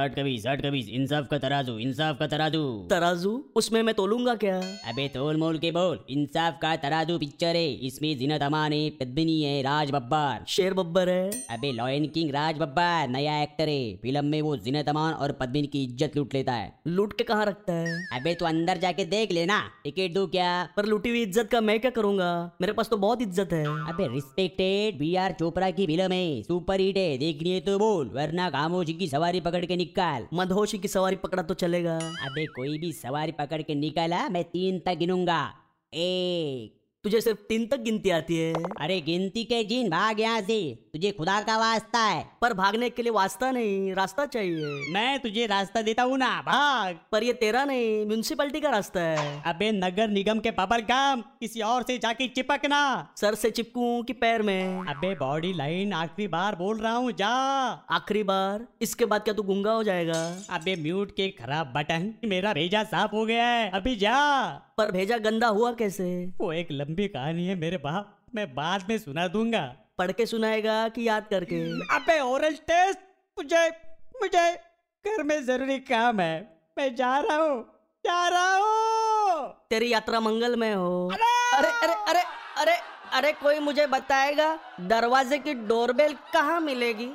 आठ कबीस आठ कबीस इंसाफ का तराजू इंसाफ का तराजू तराजू उसमें मैं तोलूंगा क्या अबे तोल मोल के बोल इंसाफ का तराजू पिक्चर है इसमें जीनत अमान है पद्मिनी है राज बब्बार शेर बब्बर है अबे लॉयन किंग राज बब्बार नया एक्टर है फिल्म में वो जीनत अमान और पद्मिनी की इज्जत लूट लेता है लूट के कहाँ रखता है अबे तू अंदर जाके देख लेना टिकट दू क्या पर लुटी हुई इज्जत का मैं क्या करूंगा मेरे पास तो बहुत इज्जत है अबे रिस्पेक्टेड बी आर चोपड़ा की फिल्म है सुपर हिट है देखनी है तो बोल वरना खामोशी की सवारी पकड़ के निकाल मधोशी की सवारी पकड़ा तो चलेगा अबे कोई भी सवारी पकड़ के निकाला मैं तीन तक गिनूंगा एक तुझे सिर्फ तीन तक गिनती आती है अरे गिनती के जीन भाग यहाँ से तुझे खुदा का वास्ता है पर भागने के लिए वास्ता नहीं रास्ता चाहिए मैं तुझे रास्ता देता हूँ ना भाग पर ये तेरा नहीं म्यूनसिपलिटी का रास्ता है अबे नगर निगम के बबर काम किसी और से जाके चिपकना सर से चिपकूं कि पैर में अबे बॉडी लाइन आखिरी बार बोल रहा हूँ जा आखिरी बार इसके बाद क्या तू गूंगा हो जाएगा अबे म्यूट के खराब बटन मेरा भेजा साफ हो गया है अभी जा पर भेजा गंदा हुआ कैसे वो एक लंबी कहानी है मेरे बाप मैं बाद में सुना दूंगा पढ़ के सुनाएगा कि याद करके अबे ओरल टेस्ट मुझे मुझे घर में जरूरी काम है मैं जा रहा हूँ जा रहा हूँ तेरी यात्रा मंगलमय हो अरे अरे अरे अरे अरे कोई मुझे बताएगा दरवाजे की डोरबेल कहाँ मिलेगी